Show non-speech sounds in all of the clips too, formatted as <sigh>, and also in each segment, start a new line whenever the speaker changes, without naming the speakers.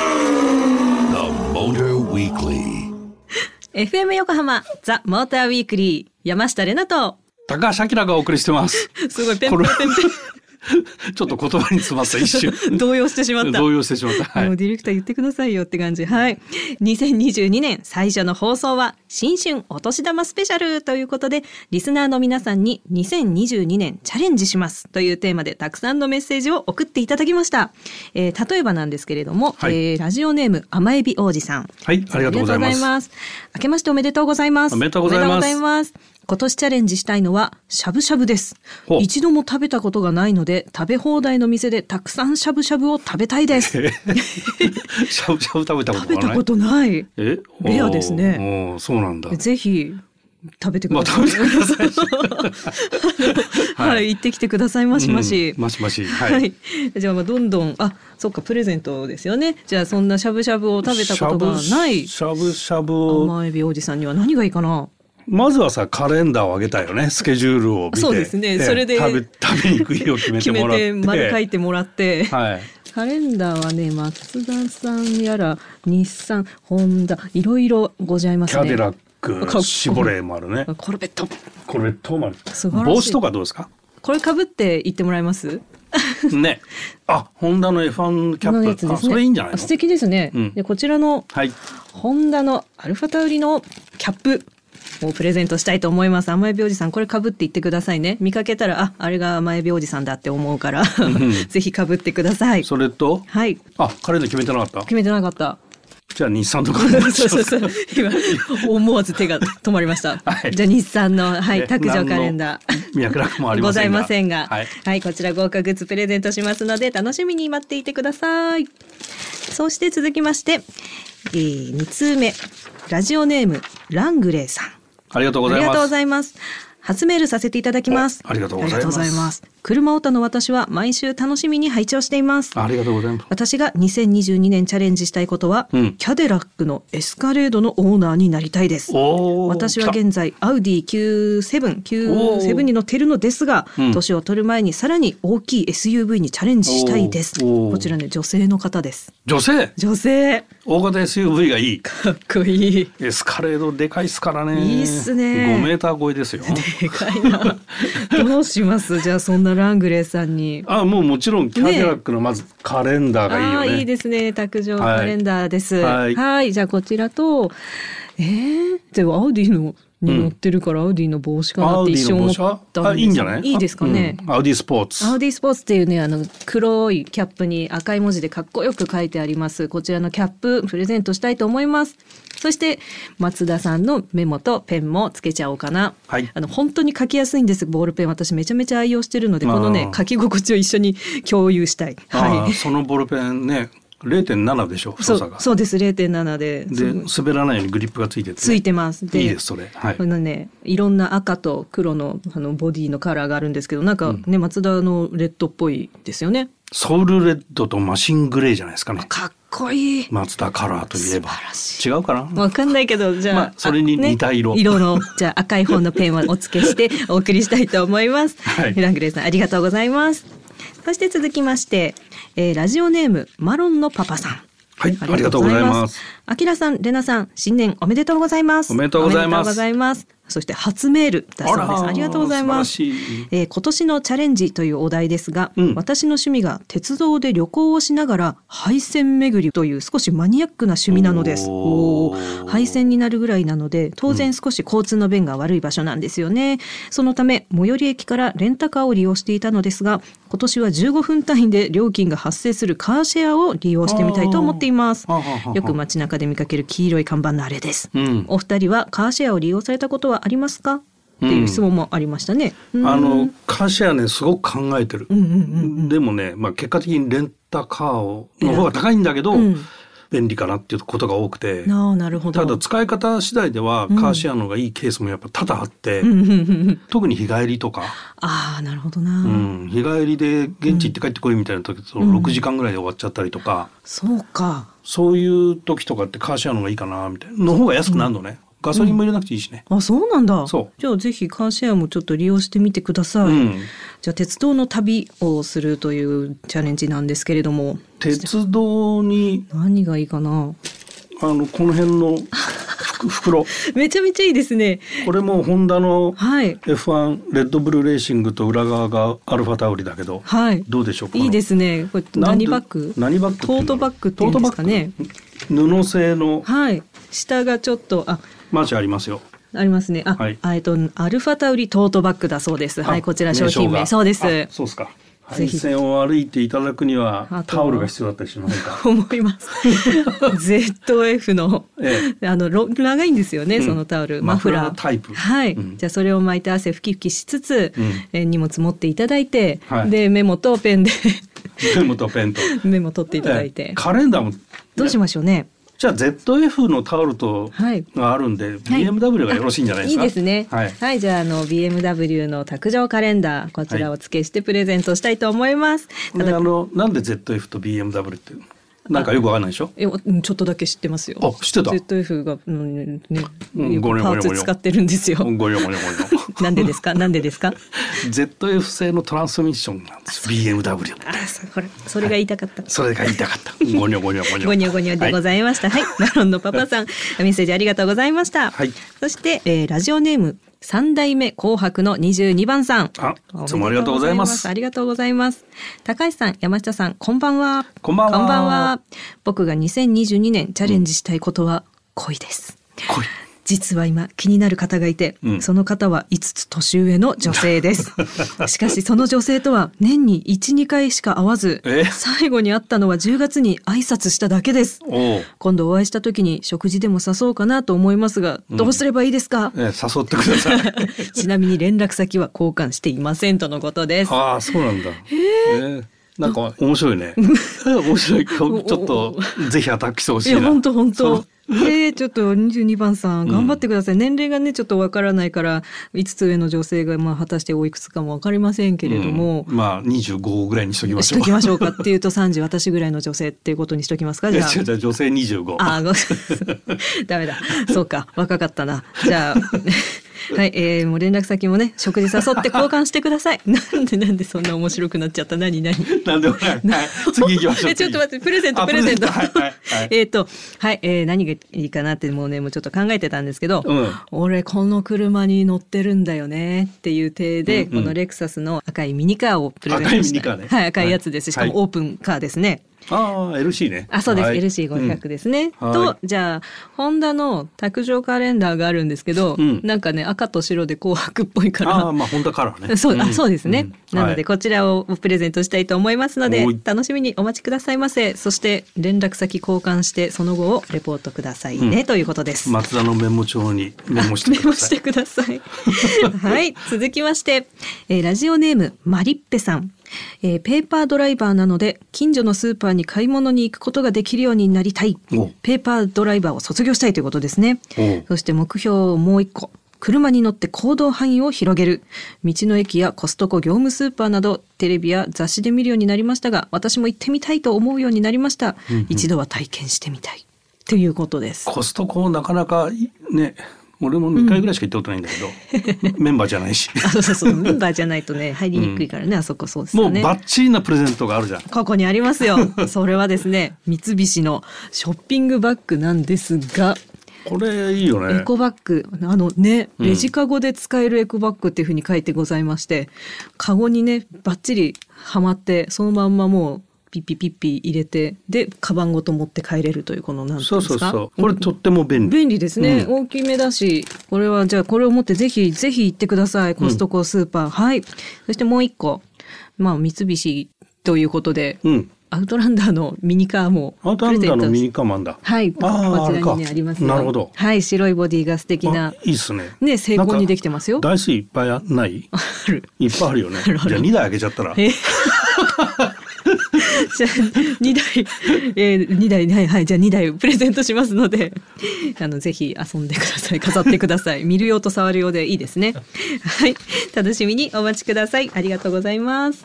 The Motor Weekly.
FM 横浜ザ・モーターウィークリー山下れなと
高橋明がお送りしてます。
すごいペンペ
こ
ン
れ
ペン
ちょっと言葉に詰まった一瞬。
ペン動揺してしまった
動揺して
<laughs>
しまった。は
もう
い。
ディレクター言ってくださいよって感じはい2022年最初の放送は新春お年玉スペシャルということでリスナーの皆さんに2022年チャレンジしますというテーマでたくさんのメッセージを送っていただきました、えー例えばなんですけれども、
はい
えーラジオネーム甘エビ王子さん
はい、ありがとうございます。
す。明けましておめでとうございます。
おめでとうございます
おめでとうございます今年チャレンジしたいのはしゃぶしゃぶです
ほう
一度も食べたことがないので食べ放題の店でたくさんしゃぶしゃぶを食べたいです
しゃぶしゃぶ食べたこと
食べ
がな
た
い
こ。とない
え、
レアですね
おーおーそうなんだ。
ぜひ食べてく
まあ
だ
食
さい
べてください。
<laughs> はい、行ってきてくださいましまし、
うんましまし。
は、
はいい。
じゃあまあどんどんあそっかプレゼントですよねじゃあそんなしゃぶしゃぶを食べたことがない
しゃぶしゃぶを
甘エビ王子さんには何がいいかな
まずはさカレンダーを上げたいよねスケジュールを見て
そうです
え
ね
え
それで
食べ食べに行く日を決めて
決
も
め
らって
て丸書いてもらって、
はい
カレンダーはね松田さんやら日産ホンダいろいろございます
キ
ね
ャデラッ
かっこい
ク
い
シボレーもあるね
コルベット
これトーマル
素晴らしい
帽子とかどうですか
これかぶって行ってもらえます
ね。あ、ホンダの F1 キャ
この
ッ
や
プ。
つで
あ、
すね
それいいんじゃない
あ
の
素敵ですね、
うん
でこちらの
はい。
ホンダのアルファタウリのキャップをプレゼントしたいと思います甘えびおじさんこれかぶっていってくださいね見かけたらああれが甘えびおじさんだって思うから
ん
<laughs> ぜひかぶってください
それと、
はい
あ、カレンダー決めてなかった
決めてなかった
じゃあ日産とか。
<laughs> そうそうそう。今思わず手が止まりました。
はい
じゃあ日産のはい
ね
卓上カレンダー。
何の <laughs> 脈絡もあり
ご
ま
ざ
せ
い
んが
ませんが、は
はいい、
こちら豪華グッズプレゼントしますので楽しみに待っていてください。そして続きまして、えー、2通目ラジオネームラングレーさん。
ありがとうご
あ
ざ
り
い
がと
ま
うご
す。
ざいます。初メールさせていただきます。
おありがとうございます
あす車オタの私は毎週楽しみに拝聴しています。
ありがとうございます。
私が2022年チャレンジしたいことは、
うん
キャデラックのエスカレードのオーナーになりたいです。
おお。
私は現在アウディ Q7、Q7 に乗っているのですが、
うん
年を取る前にさらに大きい SUV にチャレンジしたいです。
おー
こちらね女性の方です。
女性
女性
大型 SUV がいい。
かっこいい。
エスカレードでかいっすからね。
いいっすね
5メーター超えですよ。
でかい
<laughs>
な。どうしますじゃあそんなラングレーさんに。
あ、もうもちろんキャデラックのまずカレンダーがいいよ
あ
ね。
ーいいですね卓上カレンダーです。は、
はいい
じゃあこちらとえー、でもアウディのに乗ってるからアウディの帽子かな
ア
っ
ウ
て
デ
一
ィの
瞬思
帽
っ
子は
たんで
あい
す
いんじゃない
いいですかね。
あうんアウディスポーツ。
アウディスポーツっていうねあの黒いキャップに赤い文字でかっこよく書いてありますこちらのキャッププレゼントしたいと思いますそして松田さんのメモとペンもつけちゃおうかな、
はい
あの本当に書きやすいんですボールペン私めちゃめちゃ愛用してるのでこのね
あー
書き心地を一緒に共有したい
あ
は
ー
い
そのボールペンね、0.7でしょ、
そ
太さ
う
が。
そうです0.7で
で
そう
滑らないようにグリップがついててね
ついてます
いいですそれはい
このねいろんな赤と黒のあのボディのカラーがあるんですけどなんかね、松田のレッドっぽいですよね
ソウルレッドとマシングレーじゃないですかね
かっこいい
マツダカラーといえば
素晴らしい
違うかな
わかんない
<laughs>
けど、じゃあ、
まあそれに
あね
似た色
色の、じゃあ赤い方のペンはお付けして
<laughs>
お送りしたいと思います。
はい
フラングレーさん、ありがとうございます。そして続きまして、えーラジオネーム、マロンのパパさん。
はいありがとうございます。
あきらさん、れなさん、新年おめでとうございます。
おめでとうございます
おめでとうございますそして初メールだそうです。
あ
あ
ら
りがとうございます。
素晴らしい
えー今年のチャレンジというお題ですが、
うん
私の趣味が鉄道で旅行をしながら廃線巡りという少しマニアックな趣味なのです。
おー
おー廃線になるぐらいなので当然少し交通の便が悪い場所なんですよね、そのため最寄り駅からレンタカーを利用していたのですが今年は15分単位で料金が発生するカーシェアを利用してみたいと思っています
あーはあはあはあ
よく街中で見かける黄色い看板のあれです、
うん
お二人はカーシェアを利用されたことはありますかっていう質問もありましたね、うん
あのカーシェアねすごく考えてる、
うんうんうん
でもね、まあ、結果的にレンタカーをの方が高いんだけど、
うん
便利かなっていうことが多くて
なあなるほど
ただ使い方次第ではカーシェアの方がいいケースもやっぱ多々あって、
うんうんうんうん
特に日帰りとか、
ああなるほどな、
うん、日帰りで現地行って帰ってこいみたいな時だと
うん
6時間ぐらいで終わっちゃったりとか、
そうか
そういう時とかってカーシェアの方がいいかなみたいなの方が安くなるのね、ガソリンも入れなくていいしね。
あ、そうなんだ。
そう
じゃあぜひカーシェアもちょっと利用してみてください。
うん
じゃあ鉄道の旅をするというチャレンジなんですけれども、
鉄道に
何がいいかな。
あのこの辺のふく <laughs> 袋
めちゃめちゃいいですね。
これもホンダの
はい
F1 レッドブルーレーシングと裏側がアルファタウリだけど、
はい。
どうでしょうこの
いいですね。これ
なんて
何バッグ？
何バッグって
ト
いうん
ー
だろ
ト
う
バッグっていうんですかね。
トートバッグ布製の
はい。下がちょっとあ。
マーチありますよ。
ありますね。あ、
はい
あえっと、アルファタウリトートバッグだそうです。はい、
あ
こちら商
名称
品名。
が
そうです。
あそうですか。
ぜ
配
ひ
線を歩いていただくに
あ
は
とは
タオルが必要だったりしません
<laughs>
か。
思い
<laughs>
ます。ZF の、
え
あのロ長いんですよね、
うん
そのタオル、
マ
マ
フ
フ
ラー
ラー。
タイプ
はい、
うん
じゃあそれを巻いて汗ふきふきしつつ、
うん
えー荷物持っていただいて、
はい
でメモとペンで <laughs>
メモとペンと。
メモ取っていただいて
え、カレンダーも。
どうしましょうね。
じゃあ ZF のタオルと
はい
があるんで、BMW がよろしいんじゃないですか。
いいですね。は、
はいい。
じゃああの BMW の卓上カレンダーこちらをお付けしてプレゼントしたいと思います。
こ
た
れ
だ
あのなんで ZF と BMW ってなんかよくわかんないでしょ。
えおうんちょっとだけ知ってますよ。
あ知ってた
ZF が、うんね、
うん
よく
ごりょ
パ
ごりょごりょ
ーツ使ってるんですよ。
ごにょごにょごにょ。
<laughs> なんでですか？なんでですか？
ZF 製のトランスミッションなんです。BMW。
あ、そこれそれが言いたかった。
それが言いたか
<laughs>
った。ごにょごにょごにょ。
ごにょごにょでございました。はい、マロンのパパさん、メッセージありがとうございました。
はい
そして、えーラジオネーム三代目紅白の二十二番さん。
あいつもありがとうございます
ありがとうございます。高橋さん、山下さん、こんばんは。
こんばんは
こんばんは。僕が二千二十二年チャレンジしたいことは恋です。
こい
実は今気になる方がいて、
うん
その方は5つ年上の女性です
<laughs>
しかしその女性とは年に12回しか会わず
え
最後に会ったのは10月に挨拶しただけです
おう。
今度お会いした時に食事でも誘おうかなと思いますがどうすればいいで
<laughs>
すか、
ええ誘ってください。
ちなみに連絡先は交換していませんとのことです
ああ、そうなんだ。ええなんか面白いね。面白い。ちょっとぜひアタックしてほし
い
いな。
や本当本
そ
当
う。
えー、ちょっと22番さん頑張ってください、年齢がねちょっとわからないから5つ上の女性がまあ果たしておいくつかもわかりませんけれども、
うんまあ二十五ぐらいにしときま
し
しょ
と
う。 <laughs>
きましょうかっていうと3時私ぐらいの女性っていうことにしときますか
い
じゃ
や
あ。
違う違う女性二十五。
ああ、ごダメだ。そうか、若かったな。じゃあ、 <laughs> はい、えー、もう連絡先もね、食事誘って交換してください。なんでなんでそんな面白くなっちゃった何何
なんでもない。はい <laughs> 次行きましょう。
えちょっと待って、プレゼント、
あ
プレゼント。
はいはいはい
<laughs> えっと、はい、えー何がいいかなって、もうね、もうちょっと考えてたんですけど、
うん
俺、この車に乗ってるんだよねっていう体で、
うんうん
このレクサスの赤いミニカーをプレゼントした
赤
い。
いミニカーね
はい、赤いやつです。しか
はい
もオープンカーですね。
ああ、LC ね。
あ、そうです。
はい
LC500 ですね。
うんは
と
い、
じゃあ、ホンダの卓上カレンダーがあるんですけど、
うん
なんかね、赤と白で紅白っぽいか
ああ、
ら。
まあ本当カラーね。
<laughs> そう、あ、
ん
そうですね。
うん
なので、
はい
こちらをプレゼントしたいと思いますので
おい、
楽しみにお待ちくださいませ。そして、連絡先交換して、その後をレポートくださいね、
うん
ということです。
松田のメモ帳にメモして
メ
く
モ
だ
し
さ
て
い。
ください。
<laughs>
はい、続きまして、えーラジオネームマリッペさん、えーペーパードライバーなので近所のスーパーに買い物に行くことができるようになりたい
お。
ペーパードライバーを卒業したいということですね
お。
そして目標をもう一個。車に乗って行動範囲を広げる。道の駅やコストコ業務スーパーなど、テレビや雑誌で見るようになりましたが、私も行ってみたいと思うようになりました。一度は体験してみたい。ということです。
コストコなかなかいね、俺も二回ぐらいしか行ったことないんだけど、
<laughs>
メンバーじゃないし。
あそうそうそう、メンバーじゃないとね、入りにくいからね、あそこそうです
も
よ
う
ね。
バッチリなプレゼントがあるじゃん。
ここにありますよ。それはですね、三菱のショッピングバッグなんですが、
これいいよ
エ
ね。
コバッグ、あのね、
うん
レジカゴで使えるエコバッグっていうふうに書いてございまして、カゴにね、バッチリはまって、そのまんまもう、ピッピピッピ入れて、で、カバンごと持って帰れるという、このなんていうん
そう
です
そう
か。
そう。これとっても便利。
便利ですね、
う
大きめだしこれはじゃあこれを持ってぜひぜひ行ってくださいコストコスーパー、はいそしてもう一個まあ三菱ということで、
うん。
アウトランダーのミニカーも
アウトランダーのミニカーマンだ。
はいこ
あー
ち
あ
らに
れ
ね
か
ありますよ
なるほど
はい白いボディが素敵
あ
ない
いっすね。
ね成功にできてます
な
よ
んか台数いっぱいあない
ある
いっぱいあるよね。じゃあ
るある
2台あげちゃったら。
え <laughs> じゃあ2台、えー、2台はいはいじゃあ2台プレゼントしますのであのぜひ遊んでください飾ってください見る用と触る用でいいですねはい楽しみにお待ちくださいありがとうございます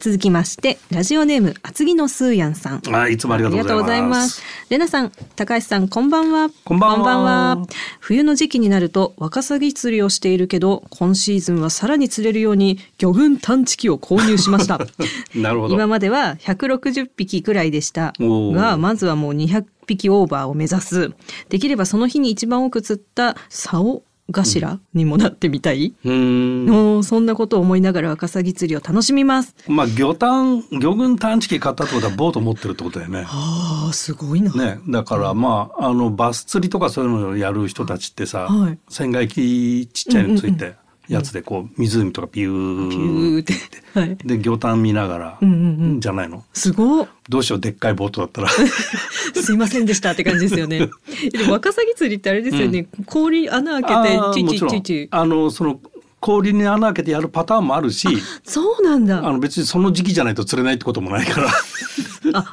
続きましてラジオネーム厚木のスーヤンさん
あいつもありがとうございます
レナさん高橋さんこんばんは
こんばんは
冬の時期になるとワカサギ釣りをしているけど今シーズンはさらに釣れるように魚群探知機を購入しました
<laughs> なるほど
今までは160匹くらいでした
おー
がまずはもう200匹オーバーを目指すできればその日に一番多く釣った竿頭にもなってみたい、
うーん
おーそんなことを思いながらワカサギ釣りを楽しみます
まあ魚探魚群探知機買ったってことはボート持ってるってことだよね。
あーすごいな、
ね、だからまああのバス釣りとかそういうのをやる人たちってさ、
はい
船外機ちっちゃいのついてやつでこう湖とかピュー
ピューって、はい、
で魚探見ながら、
うんうんうん
じゃないの
すごっ
どうしようでっかいボートだった
<laughs>
ら
すいませんでしたって感じですよ
<laughs>
ね。でもワカサギ釣りってあれですよね。氷穴
あ
開
ー
けて
もち
チュチュ
ろ
チュ
ん
チュ。
あのその氷に穴開けてやるパターンもあるし
そうなんだ。
あ
あ
の別にその時期じゃないと釣れないってこともないから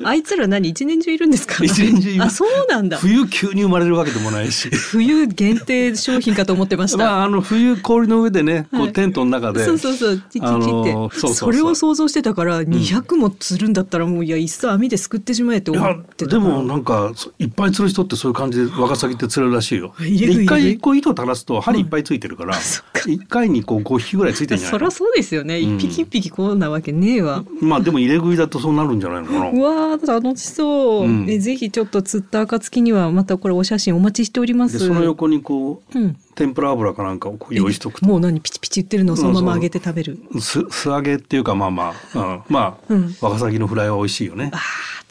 あ、いつら何一年中いるんですか。
一年中います
<laughs> あ、そうなんだ。
冬急に生まれるわけでもないし。
冬限定商品かと思ってました。
<laughs> まあ、あの冬氷の上でね、こ
は
う
い
テントの中で。
そうそうそう、チ
あ
ッチッチって、
のそうそうそう
それを想像してたから、200も釣るんだったら、もういや、いっそ網ですくってしまえと
い
思
や
ってたか
で
ら。
もなんかそいっぱい釣る人ってそういう感じでワカサギって釣れるらしいよ。で
入れ食い
一
入れ
回
食い
こう糸垂らすと針いっぱいついてるから
<laughs> そ
一回にこう5匹ぐらいついてるんじゃな
そ
いの
らそうですよね。
うん
一匹一匹こうなわけねえわ。
まあでも入れ食いだとそうなるんじゃないのか
う
な。
わー楽しそう、
うん
えぜひちょっと釣った暁にはまたこれお写真お待ちしておりま
ですその横にこう
うん、
天ぷら油かなんかをこう用意しとくと
もう何ピチピチ言ってるのをそのまま揚げて食べる
す素揚げっていうかまあまあ、うん、まあ、
うん
ワカサギのフライは美味しいよね
あ。ー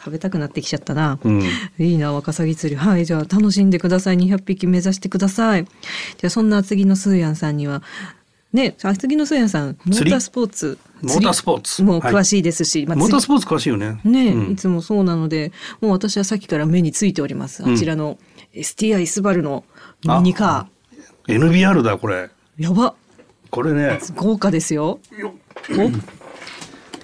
食べたくなってきちゃったな、
うん、
いいなワカサギ釣りはいじゃあ楽しんでください200匹目指してくださいじゃあそんな厚木のスーヤンさんにはね厚木のスーヤンさんモ
釣
ー
り
タースポーツ
モータースポーツ
もう詳
はい
しいですし、まあ
モータース
釣
ポーツ詳しいよね。
りね、
うん
いつもそうなのでもう私はさっきから目についております
うん
あちらの STI スバルのミニカ
NBR だこれ。
ーやば
これね
豪華ですよお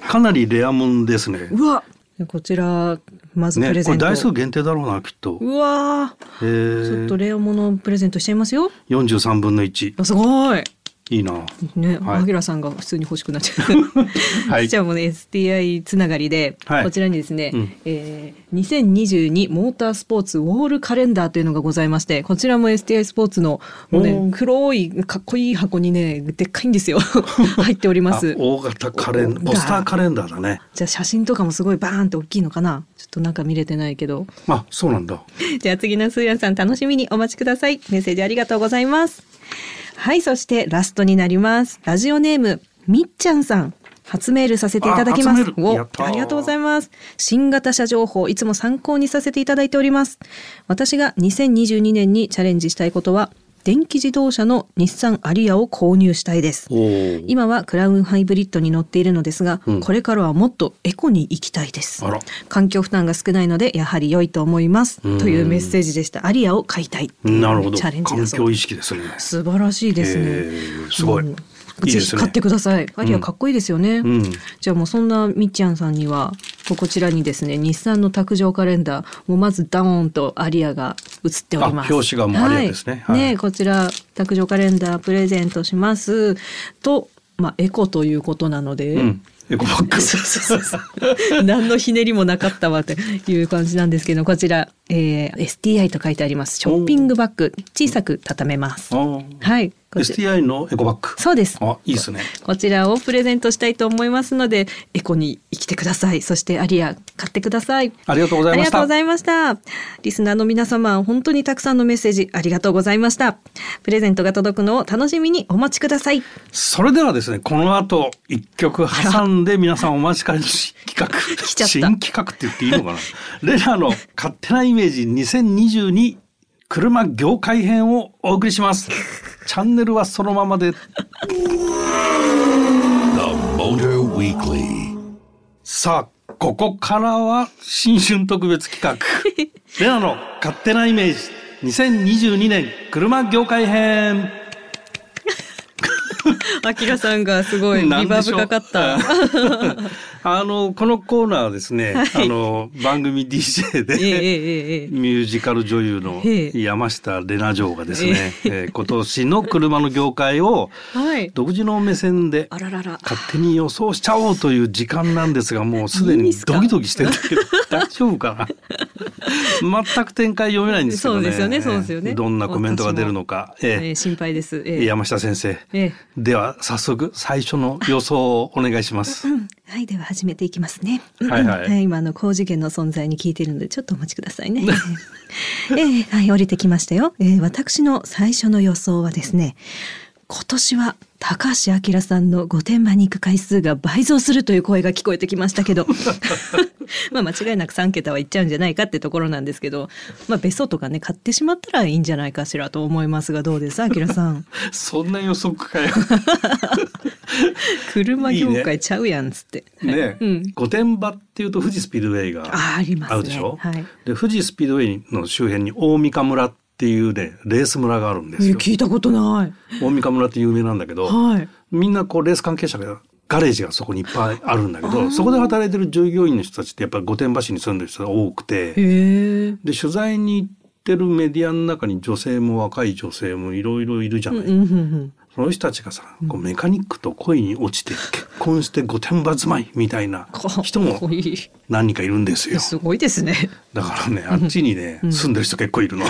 かなりレアもんですね。
うわこちらまずプレ
ねこ
ゼン
れ
ト、
台数限定だろうなきっと。
うわー
え
ちょっと
ー、
レアものプレゼントしちゃいますよ。
43分の1
あすごい。
いいな
ね、
はい
アキラさんが普通に欲しくなっちゃう。
<laughs> はい
じゃあもうね STI つながりで、
はい
こちらにですね、
うん
えー2022モータースポーツウォールカレンダーというのがございまして、こちらも STI スポーツのもう
お
ね
ー
黒いかっこいい箱にねでっかい
<laughs>
んですよ入っておりま
あ
す。
大型カレン
お
ポスターカレンダーだね
じゃあ写真とかもすごいバーンって大きいのかな。ちょっとなんか見れてないけど。
あそうなんだ
<laughs> じゃあ次のスーヤンさん楽しみにお待ちください。メッセージありがとうございます。はい、そしてラストになります。ラジオネーム、みっちゃんさん。初メールさせていただきます
あ初。メール
お
やったー
ありがとうございます。新型車情報、いつも参考にさせていただいております。私が2022年にチャレンジしたいことは、電気自動車の日産アリアを購入したいです。
おー
今はクラウンハイブリッドに乗っているのですが、
うん
これからはもっとエコに行きたいです
あら
環境負担が少ないのでやはり良いと思います
うん
というメッセージでしたアリアを買いたいっていう
なるほど
チャレン
環
ジだそう
境
で
意
す
識ですね
素晴らしいですね、
えーすごい
うん
いい
ぜ
で
ひ
すね
買ってくださいアリアかっこいいですよね、
うん
じゃあもうそんなみっちゃんさんにはこちらにですね日産の卓上カレンダーもうまずダーンとアリアが写っております
あ表紙がもうアリアですね
はい
はい
ねこちら卓上カレンダープレゼントしますとまあエコということなので、
うんエコバッグ
<laughs> そうそうそうそう。何のひねりもなかったわという感じなんですけど、こちら、えー STI と書いてあります。ショッピングバッグ、小さく畳めます。
あー
はい、こち
STI のエコバッグ
そうです。
あいいですね
こちらをプレゼントしたいと思いますので、エコに生きてください。そしてアリア買ってください。
ありがとうございました
ありがとうございました。リスナーの皆様、本当にたくさんのメッセージありがとうございました。プレゼントが届くのを楽しみにお待ちください。
それではですねこの後一曲挟んで皆さんお待ちかねの新企
<laughs>
画
ちゃった
新企画って言っていい
<laughs>
のかなレナの勝手なイメージ2022車業界編をお送りしますチャンネルはそのままで
The Motor Weekly.
さあここからは新春特別企
<laughs>
画レナの勝手なイメージ2022年車業界編
アキラさんがすごいリ
な
バ
んでし
ーブ
ょう
かかった。
<laughs> あのこのコーナーはですね、
はい
あの番組 DJ
<laughs> えええ
で、
えええ。
ミュージカル女優の
ええ
山下玲奈嬢がですね、えー今年の車の業界を
はい。
独自の目線で
あららら。
勝手に予想しちゃおうという時間なんですがもうすで
いいん
に
ですか
ドキドキしてるんだけど <laughs> 大丈夫かな全く展開読めないんですけどね
そうですよねそうですよね
どんなコメントが出るのか、
え
え
ー心配です。
え
ええ
山下先生
ええ
では早速最初の予想をお願いします
<laughs> うんはい、では始めていきますね。
はいはい
うん今あの高次元の存在に聞いているので、ちょっとお待ちくださいね。 <laughs> えーはい、降りてきましたよ、えー私の最初の予想はですね。今年は高橋明さんの御殿場に行く回数が倍増するという声が聞こえてきましたけど。 <laughs> まあ間違いなく3桁はいっちゃうんじゃないかってところなんですけど、まあ別荘とかね、買ってしまったらいいんじゃないかしらと思いますが、どうです、明さ
<laughs>
ん。
そんな予測かよ
車
いい
業
ね
界ちゃうやんっつって。
<laughs> ね
うん
御殿場っていうと富士スピードウェイが
あーありますね
あるでしょ、
はい
で富士スピードウェイの周辺に大三日村っていうねレース村があるんですよ
聞いたことない。
大三日村って有名なんだけど、
はい。
みんなこうレース関係者がガレージがそこにいっぱいあるんだけどそこで働いてる従業員の人たちってやっぱり御殿場市に住んでる人が多くて
へえ。
で取材に行ってるメディアの中に女性も若い女性もいろいろいるじゃない、
うんうんうん。
その人たちがさこうメカニックと恋に落ちて結婚して御殿場住まいみたいな
か
人
かっ <laughs>
も
こいい。
何人かいるんですよ
すごいですね。
だからねあっちにね住んでる人結構いるの。。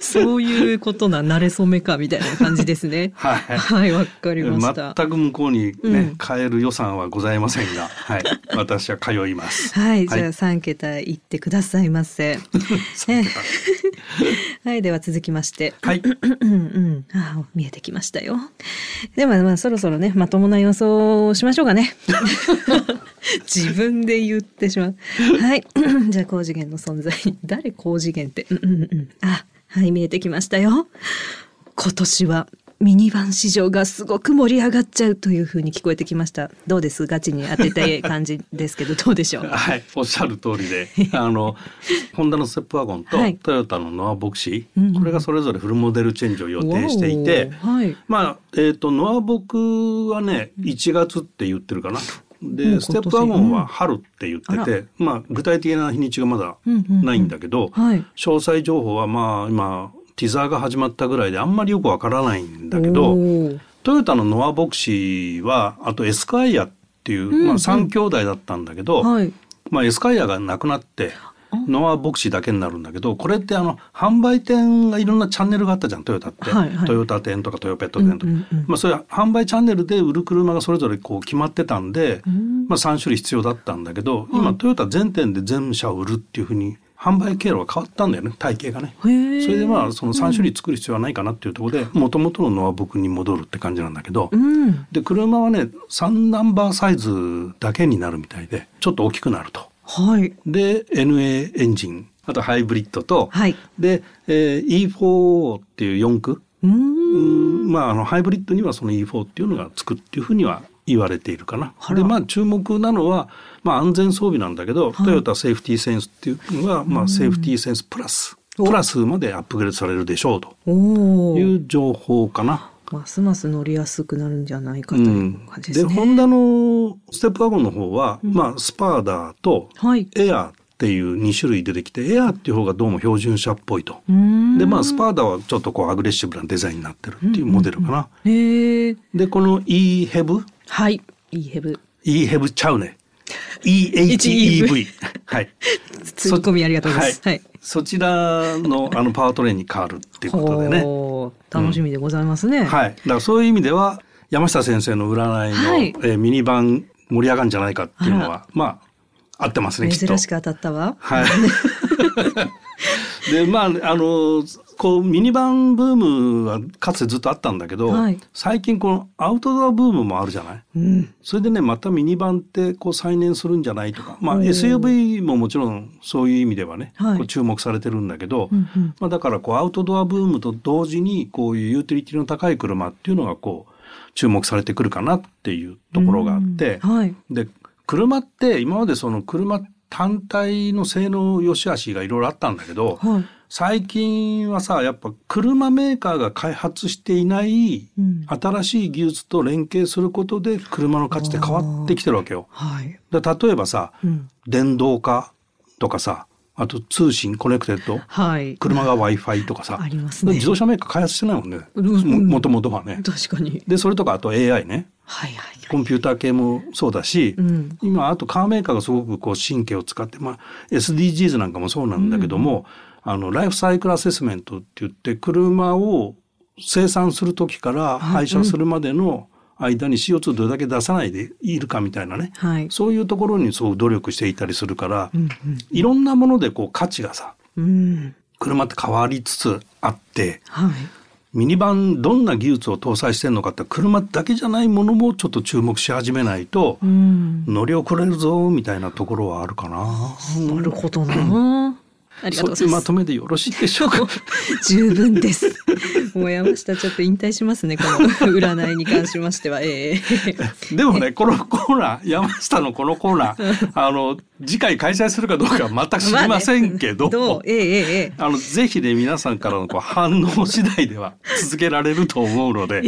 そういうことな慣れ初めかみたいな感じですね
はい
はい、わかりました。
全く向こうにね、
うん
買える予算はございませんが、はい、私は通います。
はい、じゃあ三桁いってくださいませ。
三桁
<laughs> はい、では続きまして。
はい、
うんうん、ああ見えてきましたよ。でもまあそろそろねまともな予想をしましょう
<laughs>
かね。自分で言ってしまう。はい、 <clears throat> じゃあ高次元の存在誰高次元って。うんうんうん。あはい見えてきましたよ。今年はミニバン市場がすごく盛り上がっちゃうというふうに聞こえてきました。どうですガチに当てたい感じです
<laughs>
けどどうでしょう。
はい、おっしゃる通りで、あのホンダのステップワゴンと、
はい
トヨタのノアボクシ
うんうん
ー、これがそれぞれフルモデルチェンジを予定していて、
おーはい。
まあえっ、とノアボクはね1月って言ってるかな。
もう今
で
年
ステップワゴンは春って言ってて、まあ具体的な日にちがまだないんだけど、
はい。
詳細情報はまあ今ティザーが始まったぐらいであんまりよくわからないんだけど
おー
トヨタのノアボクシーはあとエスカイアっていう、
ん
まあ、
うん
3兄弟だったんだけど、
はい。
まあ、エスカイアがなくなってノアボクシーだけになるんだけどこれってあの販売店がいろんなチャンネルがあったじゃんトヨタって、
はいはい
トヨタ店とかトヨペット店とか、
うんうんうん
まあ、そういう販売チャンネルで売る車がそれぞれこう決まってたんで、
ん
まあ、3種類必要だったんだけど、今トヨタ全店で全車を売るっていうふうに販売経路が変わったんだよね体系がね。
へえ。
それでまあその3種類作る必要はないかなっていうところでもともとのノアボクに戻るって感じなんだけど、
うん。
で車はね3ナンバーサイズだけになるみたいでちょっと大きくなると。
はい。
で NA エンジンあとハイブリッドと、
はい。
で、えー E4 っていう四駆
うー。
うんんまああのハイブリッドにはその E4 っていうのがつくっていうふうには言われているかな
あ。ら
でまあ注目なのは、まあ、安全装備なんだけど、
はい
トヨタセーフティーセンスっていうのは、まあ、セーフティーセンスプラス
お
プラスまでアップグレードされるでしょうと
お
い
お。
う情報かな。
ますます乗りやすくなるんじゃないかと
う
いうん感じで
です
ね。
ホンダのステップワゴンの方は、まあ、スパーダーと
はい。
エアーっていう2種類出てきてエアーっていう方がどうも標準車っぽいと。
うーん
でまあスパーダはちょっとこうアグレッシブなデザインになってるっていうモデルかな。
へえ。
でこの e ヘブ
はい。いいヘブ。
e ヘブちゃうね EHEV はい
<laughs> ツッコミありがとうございます。
は
はいい。
そちらのあのパワートレーンに変わるっていうことでね
ほう楽しみでございますね。
はいだからそういう意味では山下先生の占いの、
はい
えーミニ版盛り上がるんじゃないかっていうの
あ
はまあ合ってますねきっと。
珍しく当たったわ。
はい。でまああのこうミニバンブームはかつてずっとあったんだけど、
はい
最近このアウトドアブームもあるじゃない
うん。
それでねまたミニバンってこう再燃するんじゃないとか、まあ、
おー
SUV ももちろんそういう意味ではね、
はい
こう注目されてるんだけど、
うんうん
まあ、だからこうアウトドアブームと同時にこういうユーティリティの高い車っていうのがこう注目されてくるかなっていうところがあって、
うんはい。
で車って今までその車単体の性能良し悪しがいろいろあったんだけど、
はい。
最近はさやっぱ車メーカーが開発していない
うん
新しい技術と連携することで車の価値って変わってきてるわけよ。
はい。
だ例えばさ、
うん
電動化とかさあと通信コネクテッド
はい。
車が w i f i とかさ
ありますね
自動車メーカー開発してないもんね
うん
ももともとはね。
確かに。
でそれとかあと AI ね
はいはいはい。
コンピューター系もそうだし、
うん
今あとカーメーカーがすごくこう神経を使って、まあ、SDGs なんかもそうなんだけども、あのライフサイクルアセスメントって言って車を生産する時から廃車するまでの間に CO2 どれだけ出さないでいるかみたいなね、
はい。
そういうところにそう努力していたりするから、
うん
いろんなものでこう価値がさ
うん。うん。
車って変わりつつあって
はい。
ミニバンどんな技術を搭載してるのかって車だけじゃないものもちょっと注目し始めないと、
うん。
乗り遅れるぞみたいなところはあるかな。
なるほどな。ありがとうございま
そっちまとめでよろしいでしょう
<laughs>
か。
す。十分です。 <laughs> もう山下ちょっと引退しますね。この <laughs> 占いに関しましては。ええ <laughs>
でもね、このコーナー、山下のこのコーナ
<laughs>
ー、あの、次回開催するかどうかは全く知りませんけど、
まあねどうええええええ
あの、ぜひね、皆さんからのこう反応次第では続けられると思うの
<laughs>
で、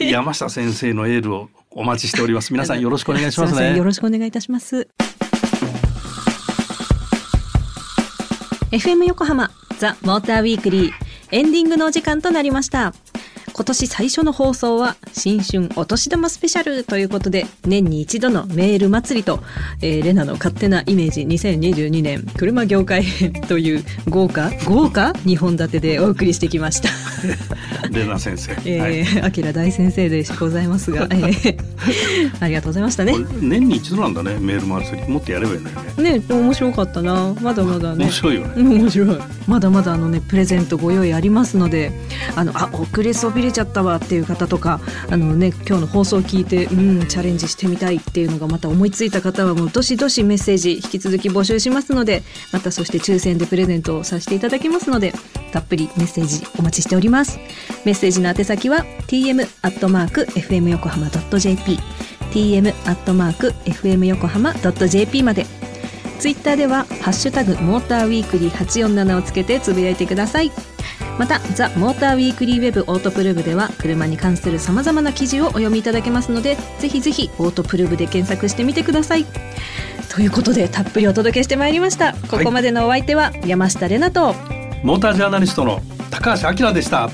山下先生のエールをお待ちしております。皆さんよろしくお願いします
いせん
ね
よ。ろしくお願いいたします。FM 横浜ザ・モーターウィークリーエンディングのお時間となりました。今年最初の放送は新春お年玉スペシャルということで年に一度のメール祭りと、えーレナの勝手なイメージ2022年車業界編という豪華豪華2本立てでお送りしてきま
<laughs>
した。
レナ先生。はい
えー、あきら大先生でございますが、え
<laughs>
ーありがとうございましたね
これ。年に一度なんだね、メールもあるし、もっとやればいいのよね。
ね面白かったなまだまだね
面白いよね。
うん面白いまだまだあのねプレゼントご用意ありますのであのあ遅れそびれちゃったわっていう方とかあのね今日の放送を聞いてうんチャレンジしてみたいっていうのがまた思いついた方はもうどしどしメッセージ引き続き募集しますのでまたそして抽選でプレゼントをさせていただきますのでたっぷりメッセージお待ちしておりますメッセージの宛先は tm アットマーク fm 横浜 .jp tm アットマーク fm 横浜 .jp までツイッターでは「ハッシュタグモーターウィークリー847」をつけてつぶやいてくださいまた「ザ・モーターウィークリーウェブオートプルーブ」では車に関するさまざまな記事をお読みいただけますのでぜひぜひオートプルーブで検索してみてくださいということでたっぷりお届けしてまいりましたここまでのお相手は山下れなと、
モータージャーナリストの高橋明でした。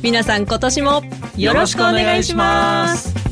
皆さん今年もよろしくお願いします
す。